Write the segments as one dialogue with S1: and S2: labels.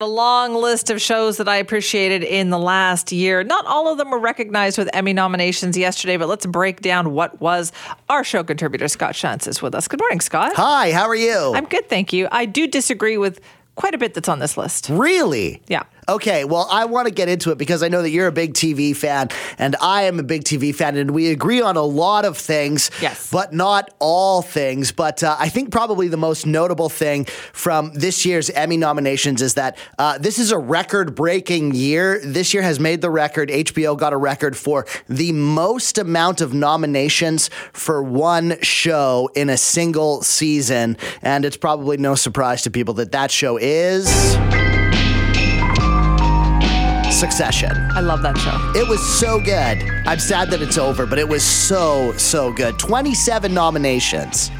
S1: the long list of shows that I appreciated in the last year. Not all of them were recognized with Emmy nominations yesterday, but let's break down what was. Our show contributor, Scott Shantz, is with us. Good morning, Scott.
S2: Hi, how are you?
S1: I'm good, thank you. I do disagree with quite a bit that's on this list.
S2: really?
S1: Yeah.
S2: Okay, well, I want to get into it because I know that you're a big TV fan and I am a big TV fan, and we agree on a lot of things,
S1: Yes.
S2: but not all things. But uh, I think probably the most notable thing from this year's Emmy nominations is that uh, this is a record breaking year. This year has made the record. HBO got a record for the most amount of nominations for one show in a single season. And it's probably no surprise to people that that show is. Succession.
S1: I love that show.
S2: It was so good. I'm sad that it's over, but it was so, so good. 27 nominations.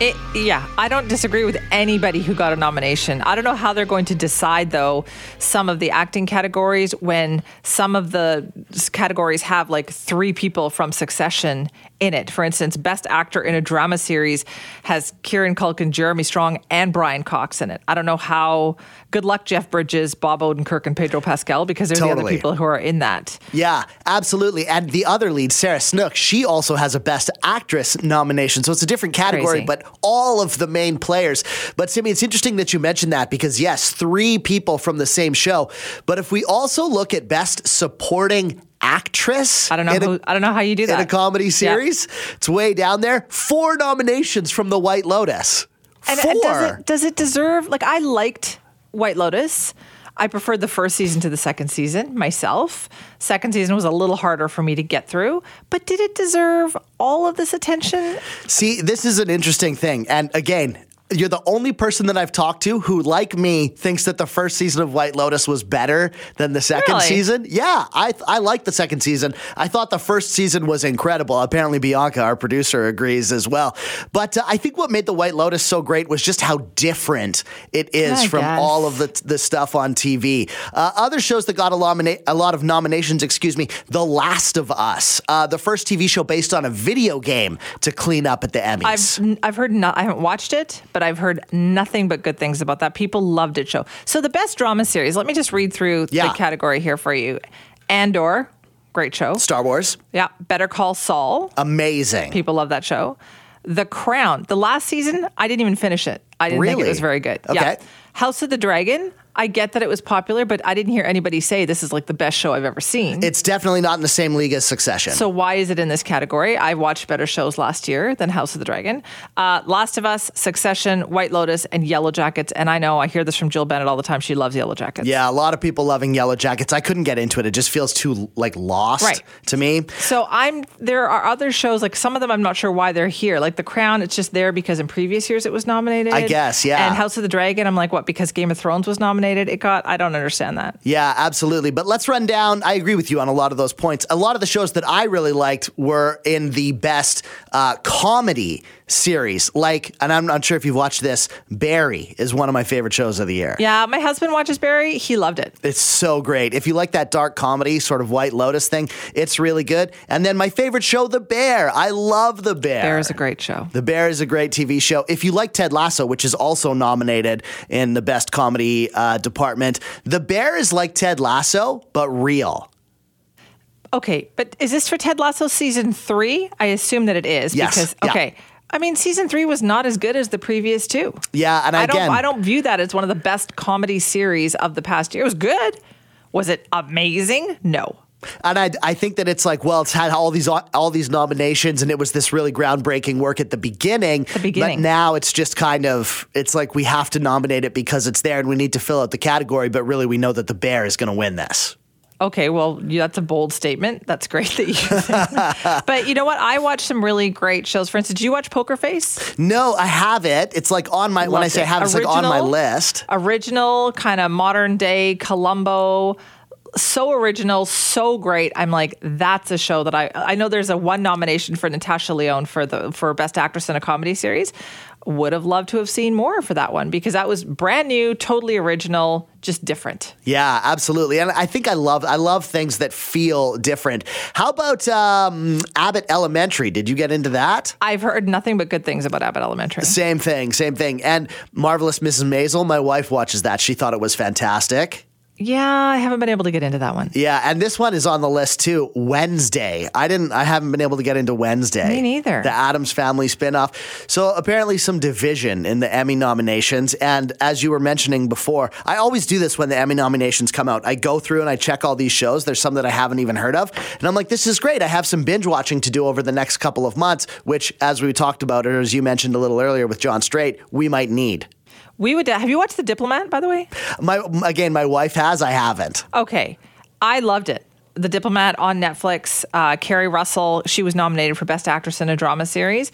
S1: It, yeah, I don't disagree with anybody who got a nomination. I don't know how they're going to decide, though, some of the acting categories when some of the s- categories have like three people from succession in it. For instance, Best Actor in a Drama Series has Kieran Culkin, Jeremy Strong, and Brian Cox in it. I don't know how. Good luck, Jeff Bridges, Bob Odenkirk, and Pedro Pascal, because they're the other
S2: Totally.
S1: people who are in that.
S2: Yeah, absolutely. And the other lead, Sarah Snook, she also has a Best Actress nomination. So it's a different category,
S1: Crazy.
S2: but all of the main players. But Simi, it's interesting that you mentioned that because, yes, three people from the same show. But if we also look at Best Supporting Actress,
S1: I don't know.
S2: in a-
S1: Who, I don't know how you do that
S2: in a comedy
S1: Yeah.
S2: series. It's way down there. Four nominations from The White Lotus.
S1: And,
S2: Four.
S1: and does it does it deserve like I liked White Lotus. I preferred the first season to the second season myself. Second season was a little harder for me to get through, but did it deserve all of this attention?
S2: See, this is an interesting thing. And again, you're the only person that I've talked to who, like me, thinks that the first season of White Lotus was better than the second
S1: Really?
S2: season. Yeah, I I like the second season. I thought the first season was incredible. Apparently, Bianca, our producer, agrees as well. But uh, I think what made the White Lotus so great was just how different it is
S1: I
S2: from
S1: guess.
S2: all of the the stuff on TV. Uh, other shows that got a, lomina- a lot of nominations, excuse me, The Last of Us, uh, the first TV show based on a video game to clean up at the Emmys.
S1: I've I've heard not I haven't watched it, but I've heard nothing but good things about that. People loved it show. So the best drama series, let me just read through
S2: Yeah.
S1: the category here for you. Andor, great show.
S2: Star Wars,
S1: Yeah, Better Call Saul.
S2: amazing.
S1: People love that show. The Crown, the last season, I didn't even finish it. I didn't think
S2: Really?
S1: it was very good. Yeah.
S2: Okay.
S1: House of the Dragon, I get that it was popular, but I didn't hear anybody say this is like the best show I've ever seen.
S2: It's definitely not in the same league as Succession.
S1: so why is it in this category? I watched better shows last year than House of the Dragon. Uh, Last of Us, Succession, White Lotus, and Yellow Jackets. And I know I hear this from Jill Bennett all the time. She loves Yellow Jackets.
S2: yeah, a lot of people loving Yellow Jackets. I couldn't get into it. It just feels too like lost
S1: Right.
S2: to me.
S1: So I'm there are other shows like some of them I'm not sure why they're here. Like The Crown, it's just there because in previous years it was nominated.
S2: I guess, yeah.
S1: And House of the Dragon, I'm like, what? Because Game of Thrones was nominated, it got. I don't understand that.
S2: Yeah, absolutely. But let's run down. I agree with you on a lot of those points. A lot of the shows that I really liked were in the best uh, comedy series. Like, and I'm not sure if you've watched this, Barry is one of my favorite shows of the year.
S1: Yeah, my husband watches Barry. He loved it.
S2: It's so great. If you like that dark comedy, sort of White Lotus thing, it's really good. And then my favorite show, The Bear. I love The Bear.
S1: Bear is a great show.
S2: The Bear is a great TV show. If you like Ted Lasso, which is also nominated in the best comedy uh, department, The Bear is like Ted Lasso, but real.
S1: Okay, but is this for Ted Lasso season three? I assume that it is.
S2: Yes,
S1: Because
S2: yeah.
S1: okay. I mean, season three was not as good as the previous two.
S2: Yeah, and
S1: I don't.
S2: again-
S1: I don't view that as one of the best comedy series of the past year. It was good. Was it amazing? No.
S2: And I, I think that it's like, well, it's had all these all these nominations, and it was this really groundbreaking work at the beginning. The
S1: beginning.
S2: But now it's just kind of, it's like we have to nominate it because it's there, and we need to fill out the category. But really, we know that the bear is going to win this.
S1: Okay, well, you- that's a bold statement. That's great that you. think. but you know what? I watched some really great shows. For instance, you watch Poker Face?
S2: No, I have it. It's like on my when I
S1: Loved
S2: say
S1: it.
S2: have, it's like on my
S1: Original?
S2: list.
S1: Original, kind of modern day Columbo. So original, so great. I'm like, that's a show that I I know. There's a one nomination for Natasha Leone for the for best actress in a comedy series. would have loved to have seen more for that one because that was brand new, totally original, just different.
S2: Yeah, absolutely. And I think I love I love things that feel different. How about um, Abbott Elementary? Did you get into that?
S1: I've heard nothing but good things about Abbott Elementary.
S2: Same thing, same thing. And Marvelous Mrs. Maisel, my wife watches that. She thought it was fantastic.
S1: Yeah, I haven't been able to get into that one.
S2: Yeah, and this one is on the list too. Wednesday. I didn't. I haven't been able to get into Wednesday.
S1: Me neither.
S2: The Adams Family spinoff. So apparently, some division in the Emmy nominations. And as you were mentioning before, I always do this when the Emmy nominations come out. I go through and I check all these shows. There's some that I haven't even heard of, and I'm like, this is great. I have some binge watching to do over the next couple of months, which, as we talked about, or as you mentioned a little earlier with John Strait, we might need.
S1: We would. Have you watched The Diplomat, by the way?
S2: My again, my wife has. I haven't.
S1: Okay, I loved it. The Diplomat on Netflix. Uh, Carrie Russell. She was nominated for Best Actress in a Drama Series.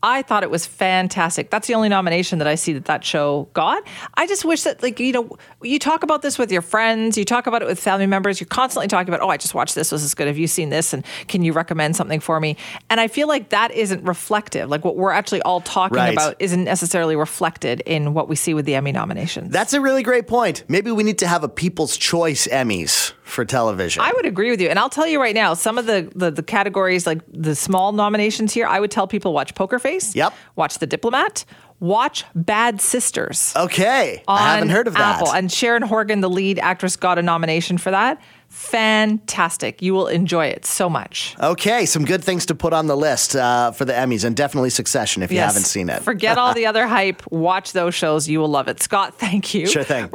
S1: I thought it was fantastic. That's the only nomination that I see that that show got. I just wish that, like, you know, you talk about this with your friends, you talk about it with family members, you're constantly talking about, oh, I just watched this, was this good? Have you seen this? And can you recommend something for me? And I feel like that isn't reflective. Like, what we're actually all talking
S2: Right.
S1: about isn't necessarily reflected in what we see with the Emmy nominations.
S2: That's a really great point. Maybe we need to have a People's Choice Emmys for television.
S1: I would agree with you. And I'll tell you right now, some of the, the, the categories, like the small nominations here, I would tell people watch Poker Face.
S2: Yep.
S1: Watch The Diplomat. Watch Bad Sisters.
S2: okay, I haven't
S1: on
S2: heard of that.
S1: Apple. And Sharon Horgan, the lead actress, got a nomination for that. Fantastic. You will enjoy it so much.
S2: okay, some good things to put on the list uh, for the Emmys, and definitely Succession if you haven't seen it.
S1: Forget all the other hype. Watch those shows. You will love it. Scott, thank you.
S2: sure thing.